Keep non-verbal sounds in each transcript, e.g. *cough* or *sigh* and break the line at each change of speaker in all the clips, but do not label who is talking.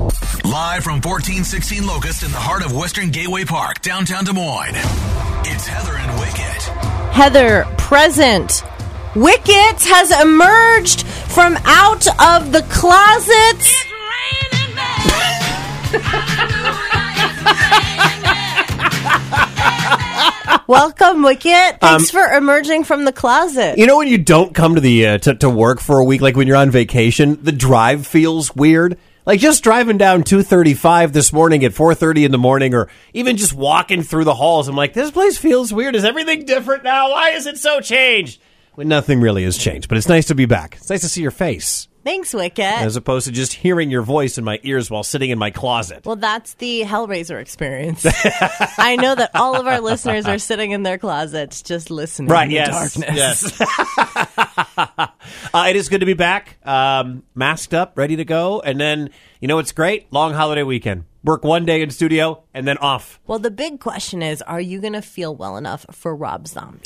Live from 1416 Locust in the heart of Western Gateway Park, downtown Des Moines. It's Heather and Wicket.
Heather present. Wicket has emerged from out of the closet. Welcome, Wicket. Thanks for emerging from the closet.
Um, You know when you don't come to the uh, to, to work for a week, like when you're on vacation, the drive feels weird. Like just driving down two thirty five this morning at four thirty in the morning, or even just walking through the halls. I'm like, this place feels weird. Is everything different now? Why is it so changed? When nothing really has changed, but it's nice to be back. It's nice to see your face
Thanks, Wicket.
as opposed to just hearing your voice in my ears while sitting in my closet.
well, that's the Hellraiser experience. *laughs* I know that all of our listeners are sitting in their closets just listening
Right.
in the
yes.
darkness.
Yes. *laughs* uh, it is good to be back, um, masked up, ready to go, and then you know it's great. Long holiday weekend. Work one day in studio and then off.
Well, the big question is are you going to feel well enough for Rob Zombie?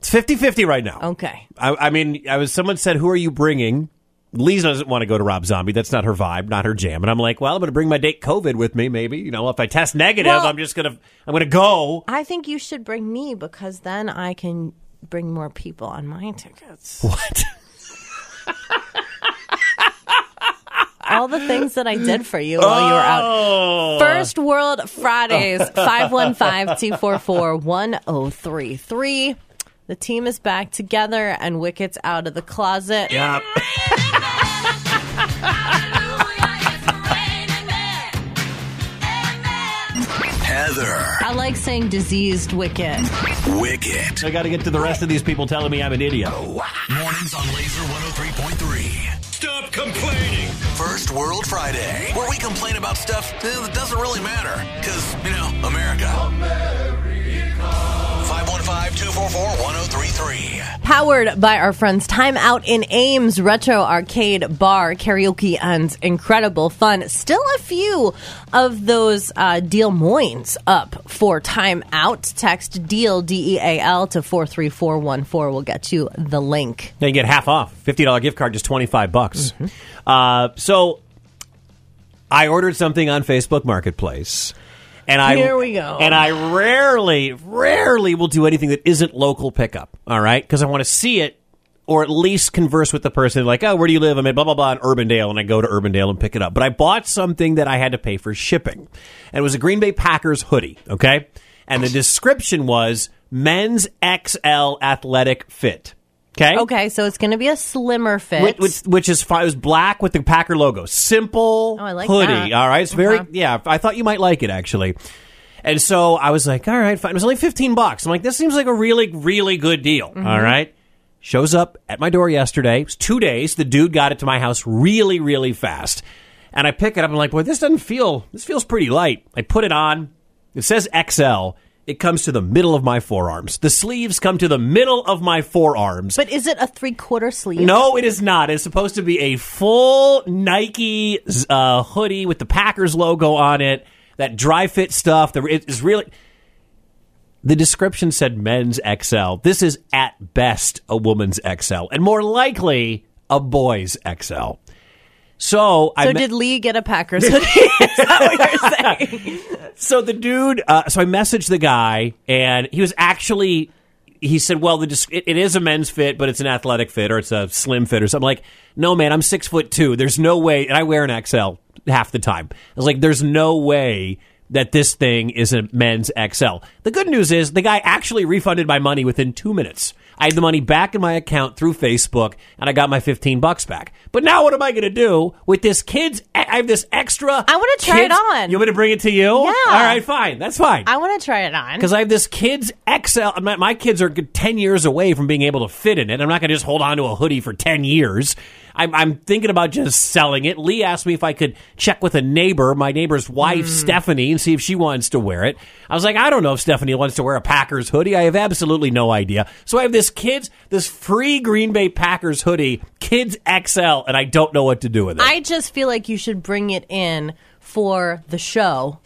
It's 50-50 right now.
Okay.
I, I mean, I was. Someone said, "Who are you bringing?" Lisa doesn't want to go to Rob Zombie. That's not her vibe, not her jam. And I'm like, well, I'm going to bring my date COVID with me. Maybe you know, if I test negative,
Well-
I'm just gonna I'm gonna go.
I think you should bring me because then I can bring more people on my tickets.
What? *laughs*
All the things that I did for you while you were out.
Oh,
First World Fridays, 515 244 1033. The team is back together and Wicket's out of the closet.
yeah.
Heather.
I like saying diseased Wicket.
Wicket.
I got to get to the rest of these people telling me I'm an idiot.
Mornings on Laser 103.3.
Stop complaining.
First World Friday, where we complain about stuff eh, that doesn't really matter. Because, you know, America. America. 515 244 1033.
Powered by our friends Time Out in Ames Retro Arcade Bar, karaoke and incredible fun. Still a few of those uh, Deal Moines up for Time Out. Text Deal D E A L to four three four one four. We'll get you the link.
Now you get half off. Fifty dollar gift card, just twenty five bucks.
Mm-hmm.
Uh, so I ordered something on Facebook Marketplace, and I
Here we go.
And I rarely, rarely will do anything that isn't local pickup. All right, because I want to see it. Or at least converse with the person, like, oh, where do you live? I'm in blah, blah, blah, in Urbandale. And I go to Urbandale and pick it up. But I bought something that I had to pay for shipping. And it was a Green Bay Packers hoodie, okay? And the description was men's XL athletic fit, okay?
Okay, so it's going to be a slimmer fit.
Which, which, which is fine. It was black with the Packer logo. Simple
Oh, I like
hoodie.
that.
All right. It's very,
Okay.
yeah, I thought you might like it actually. And so I was like, all right, fine. It was only 15 bucks. I'm like, this seems like a really, really good deal.
Mm-hmm.
All right. Shows up at my door yesterday. It was two days. The dude got it to my house really, really fast. And I pick it up. I'm like, boy, this doesn't feel, this feels pretty light. I put it on. It says XL. It comes to the middle of my forearms. The sleeves come to the middle of my forearms.
but is it a three quarter sleeve?
No, it is not. It's supposed to be a full Nike uh, hoodie with the Packers logo on it. That dry fit stuff. The, it is really. The description said men's XL. This is at best a woman's XL, and more likely a boy's XL. So, I
So
me-
did Lee get a
*laughs*
Packers hoodie? is that what you're saying?
so the dude uh, so i messaged the guy and he was actually he said well the dis- it, it is a men's fit but it's an athletic fit or it's a slim fit or something I'm like no man i'm six foot two there's no way and i wear an xl half the time i was like there's no way that this thing is a men's xl the good news is the guy actually refunded my money within two minutes i had the money back in my account through facebook and i got my 15 bucks back but now what am i going to do with this kid's i have this extra
I wanna try it
kid's-
on.
you want me to bring it to you
Yeah.
all right, fine. That's fine.
I want to try it on.
Because I have this kid's XL. My, my kids are good 10 years away from being able to fit in it. I'm not going to just hold on to a hoodie for 10 years. I'm, I'm thinking about just selling it. Lee asked me if I could check with a neighbor, my neighbor's wife,
Hmm.
Stephanie, and see if she wants to wear it. I was like, I don't know if Stephanie wants to wear a Packers hoodie. I have absolutely no idea. So I have this kid's, this free Green Bay Packers hoodie, kids XL, and I don't know what to do with it.
I just feel like you should bring it in for the show.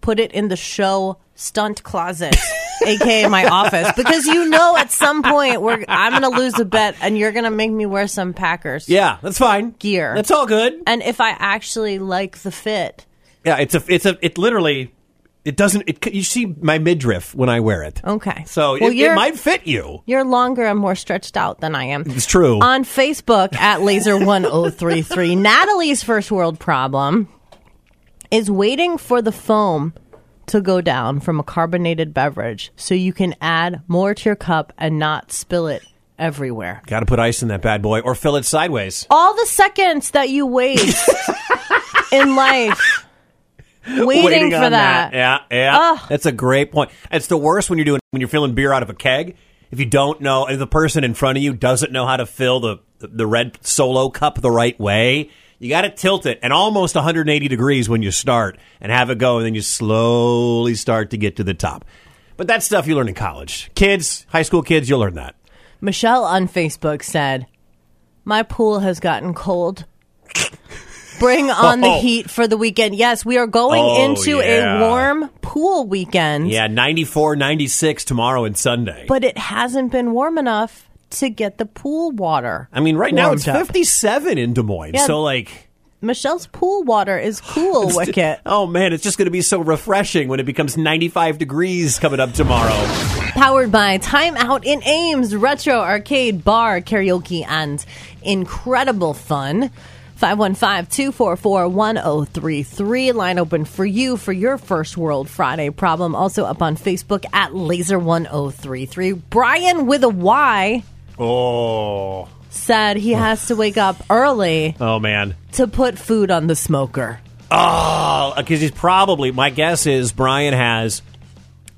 Put it in the show stunt closet,
*laughs*
aka my office, because you know at some point we're, I'm going to lose a bet and you're going to make me wear some Packers.
yeah, that's fine.
Gear.
That's all good.
And if I actually like the fit,
Yeah, it's a it's a it literally it doesn't it c- you see my midriff when I wear it.
Okay.
So
Oh. Well,
it, it
you're-
might fit you.
You're longer and more stretched out than I am.
It's true.
On Facebook at laser1033, *laughs* Natalie's first world problem is waiting for the foam to go down from a carbonated beverage so you can add more to your cup and not spill it everywhere.
Got to put ice in that bad boy or fill it sideways.
All the seconds that you *laughs* waste in life waiting, for
on
that.
Yeah, yeah. That's a great point. It's the worst when you're doing when you're filling beer out of a keg. If you don't know, if the person in front of you doesn't know how to fill the the red solo cup the right way, you got to tilt it and almost 180 degrees when you start and have it go, and then you slowly start to get to the top. But that's stuff you learn in college. Kids, high school kids, you'll learn that.
Michelle on Facebook said, My pool has gotten cold.
*laughs*
Bring on the
Oh.
heat for the weekend. Yes, we are going
Oh,
into
yeah.
a warm pool weekend,
Yeah, 94, 96 tomorrow and Sunday.
but it hasn't been warm enough to get the pool water.
I mean, right now
warmed
it's
up.
57 in Des Moines.
Yeah.
So, like,
Michelle's pool water is cool, *laughs* Wicket.
Oh man, it's just going to be so refreshing when it becomes 95 degrees coming up tomorrow.
Powered by Time Out in Ames, Retro Arcade Bar, Karaoke, and incredible fun. 515-244-1033 line open for you for your first world friday problem also up on facebook at laser1033 brian with a y
Oh,
said he has to wake up early
oh man.
to put food on the smoker
Oh, because he's probably. My guess is Brian has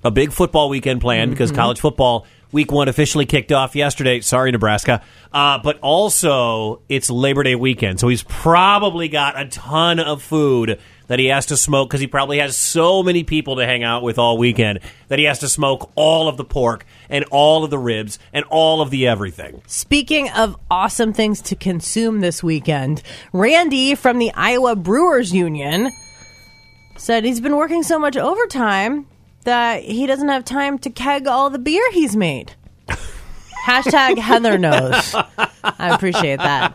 a big football weekend planned because college football week one officially kicked off yesterday. Sorry, Nebraska. Uh, but also it's Labor Day weekend, so he's probably got a ton of food that he has to smoke because he probably has so many people to hang out with all weekend that he has to smoke all of the pork and all of the ribs and all of the everything.
Speaking of awesome things to consume this weekend, Randy from the Iowa Brewers Union said he's been working so much overtime that he doesn't have time to keg all the beer he's
*laughs*
made. hashtag Heather knows. I appreciate that.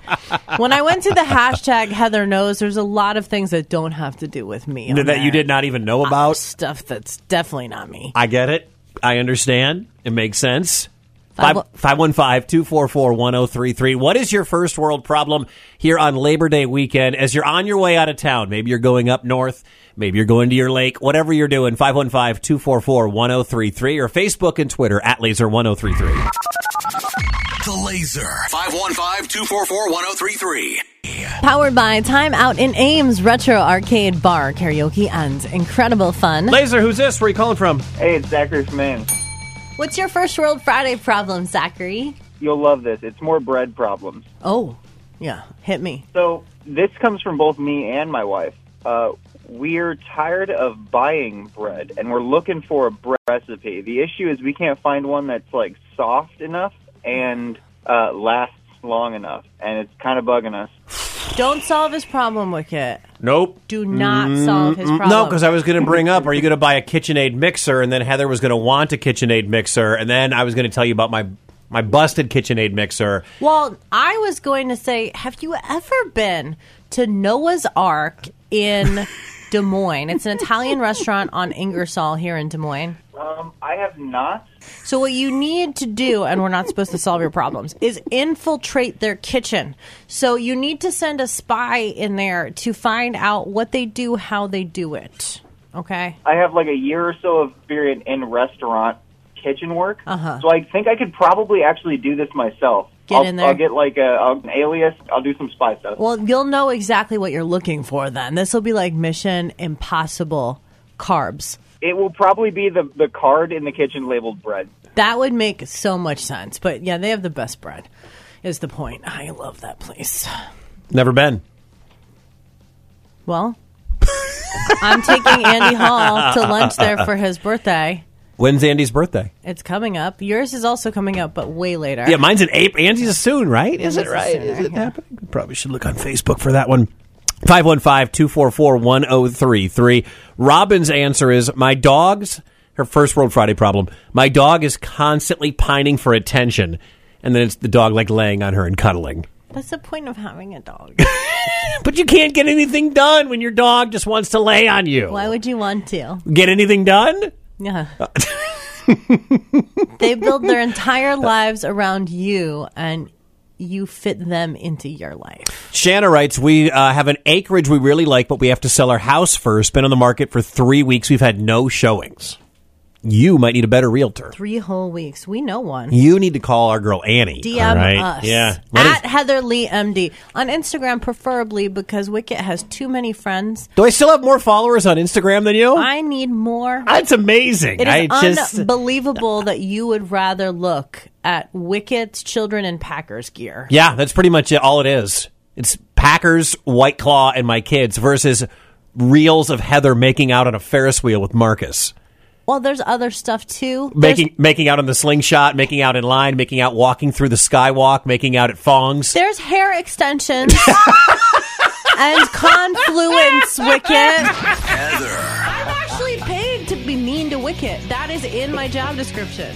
When I went to the hashtag Heather knows, there's a lot of things that don't have to do with me. on
that you
there.
did not even know about.
Stuff that's definitely not me.
I get it. I understand. It makes sense.
Five-
515-244-1033. What is your first world problem here on Labor Day weekend as you're on your way out of town? Maybe you're going up north. Maybe you're going to your lake. Whatever you're doing, 515-244-1033 or Facebook and Twitter at laser1033.
The Laser. 515 244 1033.
Powered by Time Out in Ames Retro Arcade Bar, karaoke, and incredible fun.
Laser, who's this? Where are you calling from?
Hey, it's Zachary from Maine.
What's your first World Friday problem, Zachary?
You'll love this. It's more bread problems.
Oh, yeah, hit me.
So this comes from both me and my wife. Uh, we're tired of buying bread, and we're looking for a bread recipe. The issue is we can't find one that's like soft enough and uh, lasts long enough, and it's kind of bugging us.
Don't solve his problem, Wicket.
Nope.
Do not solve his problem.
Mm, No, because I was going to bring up, are you going to buy a KitchenAid mixer? And then Heather was going to want a KitchenAid mixer. And then I was going to tell you about my, my busted KitchenAid mixer.
Well, I was going to say, have you ever been to Noah's Ark
*laughs*
in Des Moines? It's an Italian restaurant on Ingersoll here in Des Moines.
Um, I have not.
So what you need to do, and we're not supposed to solve your problems, is infiltrate their kitchen. So you need to send a spy in there to find out what they do, how they do it. Okay.
I have like a year or so of experience in restaurant kitchen work, uh-huh. so I think I could probably actually do this myself.
Get
I'll,
in there.
I'll get like a, an alias. I'll do some spy stuff.
Well, you'll know exactly what you're looking for then. This will be like Mission Impossible carbs.
It will probably be the, the card in the kitchen labeled bread.
That would make so much sense. But yeah, they have the best bread. Is the point. I love that place.
Never been.
Well, I'm taking Andy Hall to lunch there for his birthday.
When's Andy's birthday?
It's coming up. Yours is also coming up, but way later.
Yeah, mine's in April. Andy's is soon, right? Is it
is
right?
soon,
Is it happening? We Probably should look on Facebook for that one. 515-244-1033. Robin's answer is my dog's her first World Friday problem. My dog is constantly pining for attention. And then it's the dog like laying on her and cuddling.
That's the point of having a dog.
But you can't get anything done when your dog just wants to lay on you.
Why would you want to?
Get anything done?
Yeah. they build their entire lives around you and you fit them into your life.
Shanna writes, We uh, have an acreage we really like, but we have to sell our house first. Been on the market for three weeks. We've had no showings. You might need a better realtor.
Three whole weeks. We know one.
You need to call our girl Annie.
DM
all right?
us
Yeah. Let us-
at Heather Lee MD on Instagram, preferably because Wicket has too many friends.
Do I still have more followers on Instagram than you?
I need more.
That's amazing.
It
I
is
just
unbelievable that you would rather look at Wicket's children and Packers gear.
Yeah, that's pretty much it, all it is. It's Packers, White Claw, and my kids versus reels of Heather making out on a Ferris wheel with Marcus.
Well, there's other stuff too. There's-
Making making out on the slingshot, making out in line, making out walking through the skywalk, making out at Fong's.
There's hair extensions *laughs* and confluence, Wicket.
Heather.
I'm actually paid to be mean to Wicket. That is in my job description.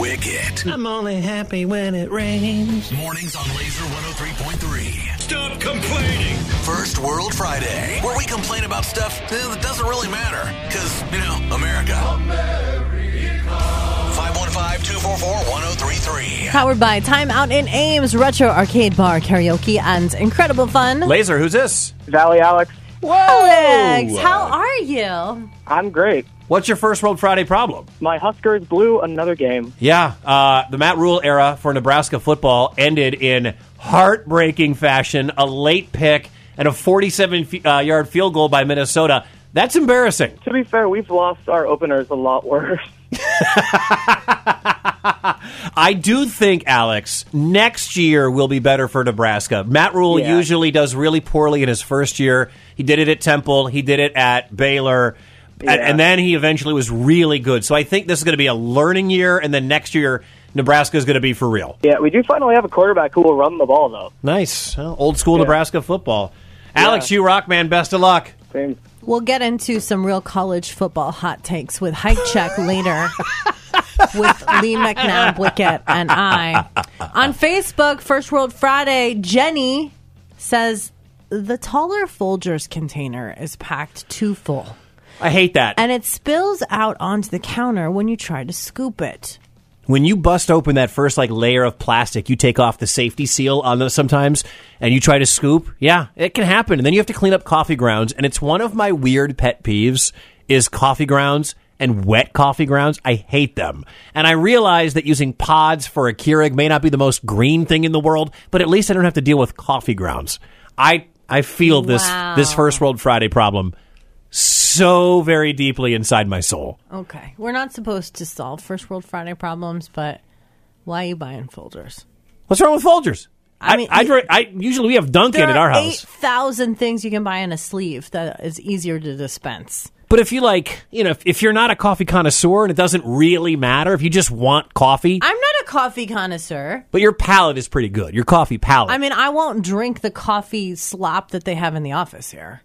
Wicket.
I'm only happy when it rains.
Mornings on Laser 103.3.
Stop complaining.
First World Friday, where we complain about stuff eh, that doesn't really matter. Because, you know, America. America. 515 244 1033.
Powered by Time Out in Ames, Retro Arcade Bar, Karaoke, and Incredible Fun.
Laser, who's this?
Valley Alex,
Alex, how are you?
I'm great.
What's your first World Friday problem?
My Huskers blew another game.
Yeah, uh, the Matt Rule era for Nebraska football ended in heartbreaking fashion. A late pick and a 47 f- uh, yard field goal by Minnesota. That's embarrassing.
To be fair, we've lost our openers a lot worse.
I do think, Alex, next year will be better for Nebraska. Matt Rule
Yeah.
usually does really poorly in his first year. He did it at Temple, he did it at Baylor, a- and,
Yeah.
then he eventually was really good. So I think this is going to be a learning year, and then next year, Nebraska is going to be for real.
Yeah, we do finally have a quarterback who will run the ball, though.
Nice. Well, old school Nebraska football. Alex, you rock, man. Best of luck.
Same.
We'll get into some real college football hot takes with Hike Check later. With Lee McNabb, Wicket, and I. On Facebook, First World Friday, Jenny says the taller Folgers container is packed too full.
I hate that.
and it spills out onto the counter when you try to scoop it.
when you bust open that first like layer of plastic, you take off the safety seal on those sometimes, and you try to scoop. Yeah, it can happen, and then you have to clean up coffee grounds. And it's one of my weird pet peeves is coffee grounds and wet coffee grounds. I hate them, and I realize that using pods for a Keurig may not be the most green thing in the world, but at least I don't have to deal with coffee grounds. I I feel this
Wow.
this first world Friday problem so very deeply inside my soul.
Okay. We're not supposed to solve First World Friday problems, but why are you buying folders?
What's wrong with Folgers? I,
I
mean,
mean,
I, I- usually we have Dunkin'
There
at
are
our house.
8,000 things you can buy in a sleeve that is easier to dispense.
But if you like, you know, if, if you're not a coffee connoisseur and it doesn't really matter, if you just want coffee,
I'm not a coffee connoisseur.
but your palate is pretty good, your coffee palate.
I mean, I won't drink the coffee slop that they have in the office here.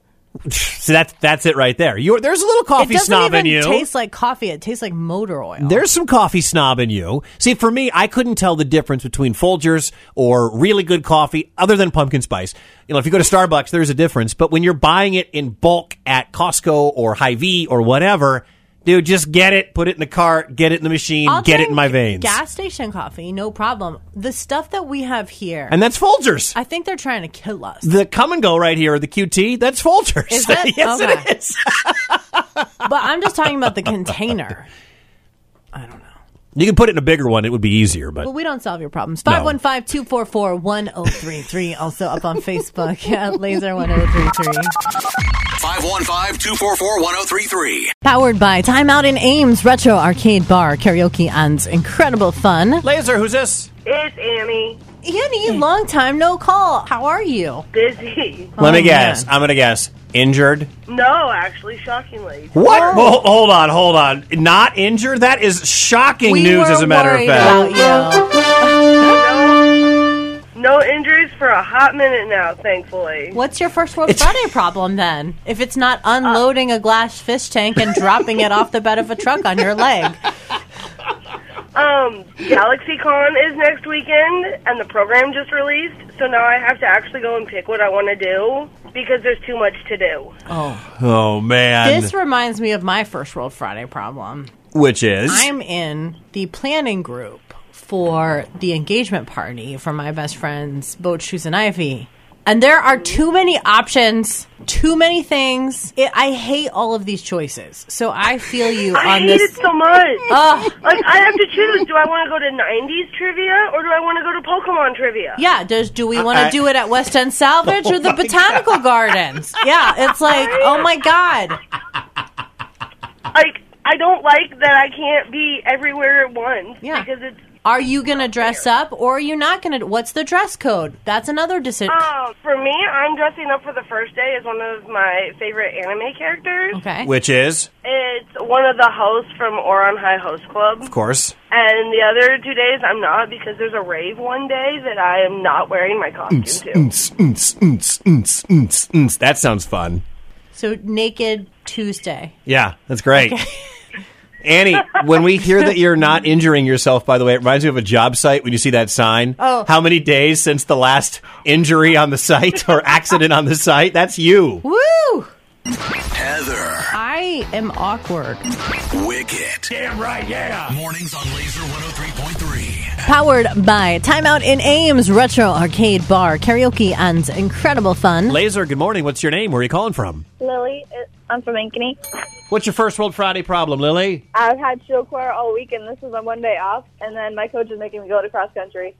so that's that's it right there. You're, there's a little coffee
it doesn't
snob
even
in you.
taste like coffee. It tastes like motor oil.
there's some coffee snob in you. See, for me, I couldn't tell the difference between Folgers or really good coffee other than pumpkin spice. You know, if you go to Starbucks, there's a difference. But when you're buying it in bulk at Costco or Hy-Vee or whatever, dude, just get it, put it in the cart, get it in the machine,
I'll
get it in
drink
my veins.
Gas station coffee, no problem. The stuff that we have here,
and that's Folgers.
I think they're trying to kill us.
the come and go right here, the QT, that's Folgers.
Is it?
*laughs* yes,
Okay.
it is. *laughs*
But I'm just talking about the container.
You can put it in a bigger one, it would be easier, but
But we don't solve your problems. 515 244 1033. Also up on Facebook at Laser 1033.
515 244 1033.
Powered by Time Out in Ames Retro Arcade Bar, Karaoke, and Incredible Fun.
Laser, who's this?
It's Annie.
Annie, long time no call. How are you?
Busy. *laughs*
Let me
Oh,
guess.
man.
I'm gonna guess. Injured?
No, actually, shockingly.
What? Well, hold on, hold on. Not injured? That is shocking
We
news,
were
as a matter of
worried
fact.
about you.
No, no injuries for a hot minute now, thankfully.
What's your first World Friday problem then? If it's not
Uh,
unloading a glass fish tank and dropping it off the bed of a truck on your
*laughs*
leg.
Um, GalaxyCon is next weekend, and the program just released, so now I have to actually go and pick what I want to do because there's too much to do.
Oh man,
This reminds me of my first World Friday problem.
which is
I'm in the planning group for the engagement party for my best friends, Boat Shoes and Ivy. And there are too many options, too many things. It, I hate all of these choices. So I feel you
I
on
hate
this. Ah.
it so much.
*laughs* Ugh.
Like I have to choose: do I want to go to '90s trivia or do I want to go to Pokemon trivia?
yeah, does do we want
I-
to do it at West End Salvage
*laughs* Oh
or the Botanical Gardens? Yeah, it's like, oh my god.
Like I don't like that I can't be everywhere at once.
Yeah.
Because it's
Are you going to dress up or are you not going to? What's the dress code? That's another decision.
um, for me, I'm dressing up for the first day as one of my favorite anime characters.
Okay.
which is
It's one of the hosts from Oron High Host Club.
of course.
And the other two days I'm not because there's a rave one day that I am not wearing my costume to.
Nts, nts, nts, nts, nts, nts. That sounds fun.
So naked Tuesday.
Yeah, that's great. *laughs* Annie, when we hear that you're not injuring yourself, by the way, it reminds me of a job site when you see that sign.
Oh.
How many days since the last injury on the site or accident on the site? That's you.
Woo!
Heather.
I am awkward.
Wicket. Damn right, yeah. Mornings on Laser 103.3.
Powered by Timeout in Ames Retro Arcade Bar, karaoke, and incredible fun.
Laser, good morning. What's your name? Where are you calling from?
Lily, I'm from Ankeny.
What's your first World Friday problem, Lily?
I've had show choir all week, and this is my one day off. And then my coach is making me go to cross country.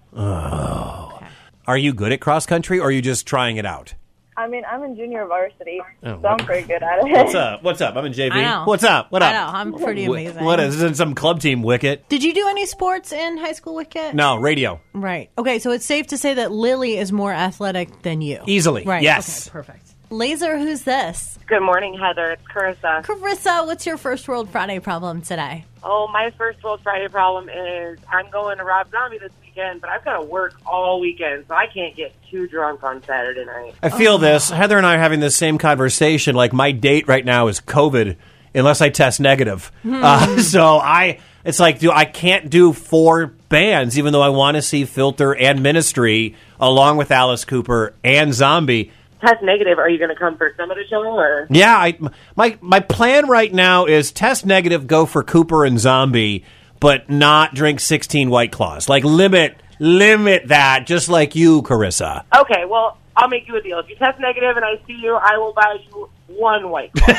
Are you good at cross country or are you just trying it out?
I mean, I'm in junior varsity,
Oh,
so I'm
okay.
pretty good at it.
What's up? What's up? I'm in JV.
I know.
What's up? What
I
up?
know, I'm pretty
Wh-
amazing.
What is this? Some club team wicket?
Did you do any sports in high school, Wicket?
No, radio.
Right. Okay, so it's safe to say that Lily is more athletic than you.
Easily.
Right.
Yes.
Okay, perfect. Laser, who's this?
Good morning, Heather. It's Carissa.
Carissa, what's your first World Friday problem today?
Oh, my first World Friday problem is I'm going to Rob Zombie this weekend, but I've got to work all weekend, so I can't get too drunk on Saturday night.
I
Oh.
feel this. Heather and I are having this same conversation. Like my date right now is COVID, unless I test negative.
Hmm.
Uh, *laughs* so I, it's like, do I can't do four bands, even though I want to see Filter and Ministry along with Alice Cooper and Zombie.
Test negative. Are you going to come for some of the show or?
Yeah, I my my plan right now is test negative, go for Cooper and Zombie, but not drink sixteen White Claws. Like limit limit that, just like you, Carissa.
Okay, well, I'll make you a deal. If you test negative and I see you, I will buy you one white. Claw.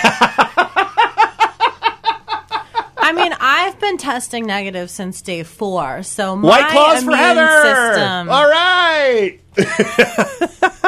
I mean, I've been testing negative since day four, so my
White Claws
immune
for Heather.
system.
All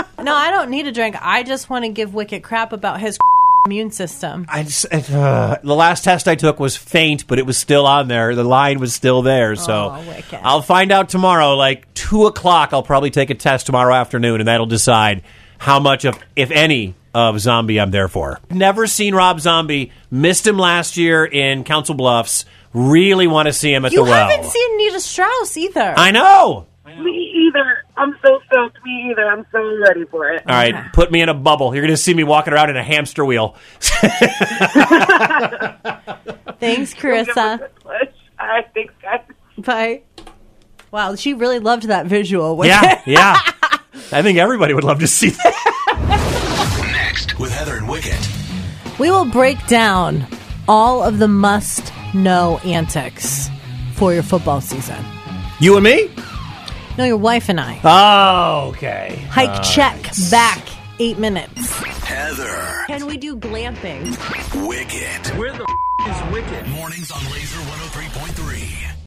right.
No, I don't need a drink. I just want to give Wicket crap about his *laughs* immune system.
I just uh, the last test I took was faint, but it was still on there. The line was still there, so
Oh, wicked.
I'll find out tomorrow, like two o'clock. I'll probably take a test tomorrow afternoon, and that'll decide how much of, if any, of Zombie I'm there for. Never seen Rob Zombie. Missed him last year in Council Bluffs. Really want to see him at
You
the well.
haven't seen Nita Strauss either.
I know.
me either. I'm so stoked. Me either. I'm so ready for
Ah.
it.
All right, put me in a bubble. You're going to see me walking around in a hamster wheel. *laughs*
Thanks, Carissa.
All right, thanks, guys.
*laughs* Bye. Wow, she really loved that visual. Wicket.
Yeah, yeah. *laughs* I think everybody would love to see that.
Next with Heather and Wicket.
*laughs* We will break down all of the must know antics for your football season.
You and me?
No, your wife and I.
Oh, okay.
Hike check back eight minutes.
Heather.
Can we do glamping?
oh Wicket. Where the f- is Wicket? Mornings on Laser 103.3.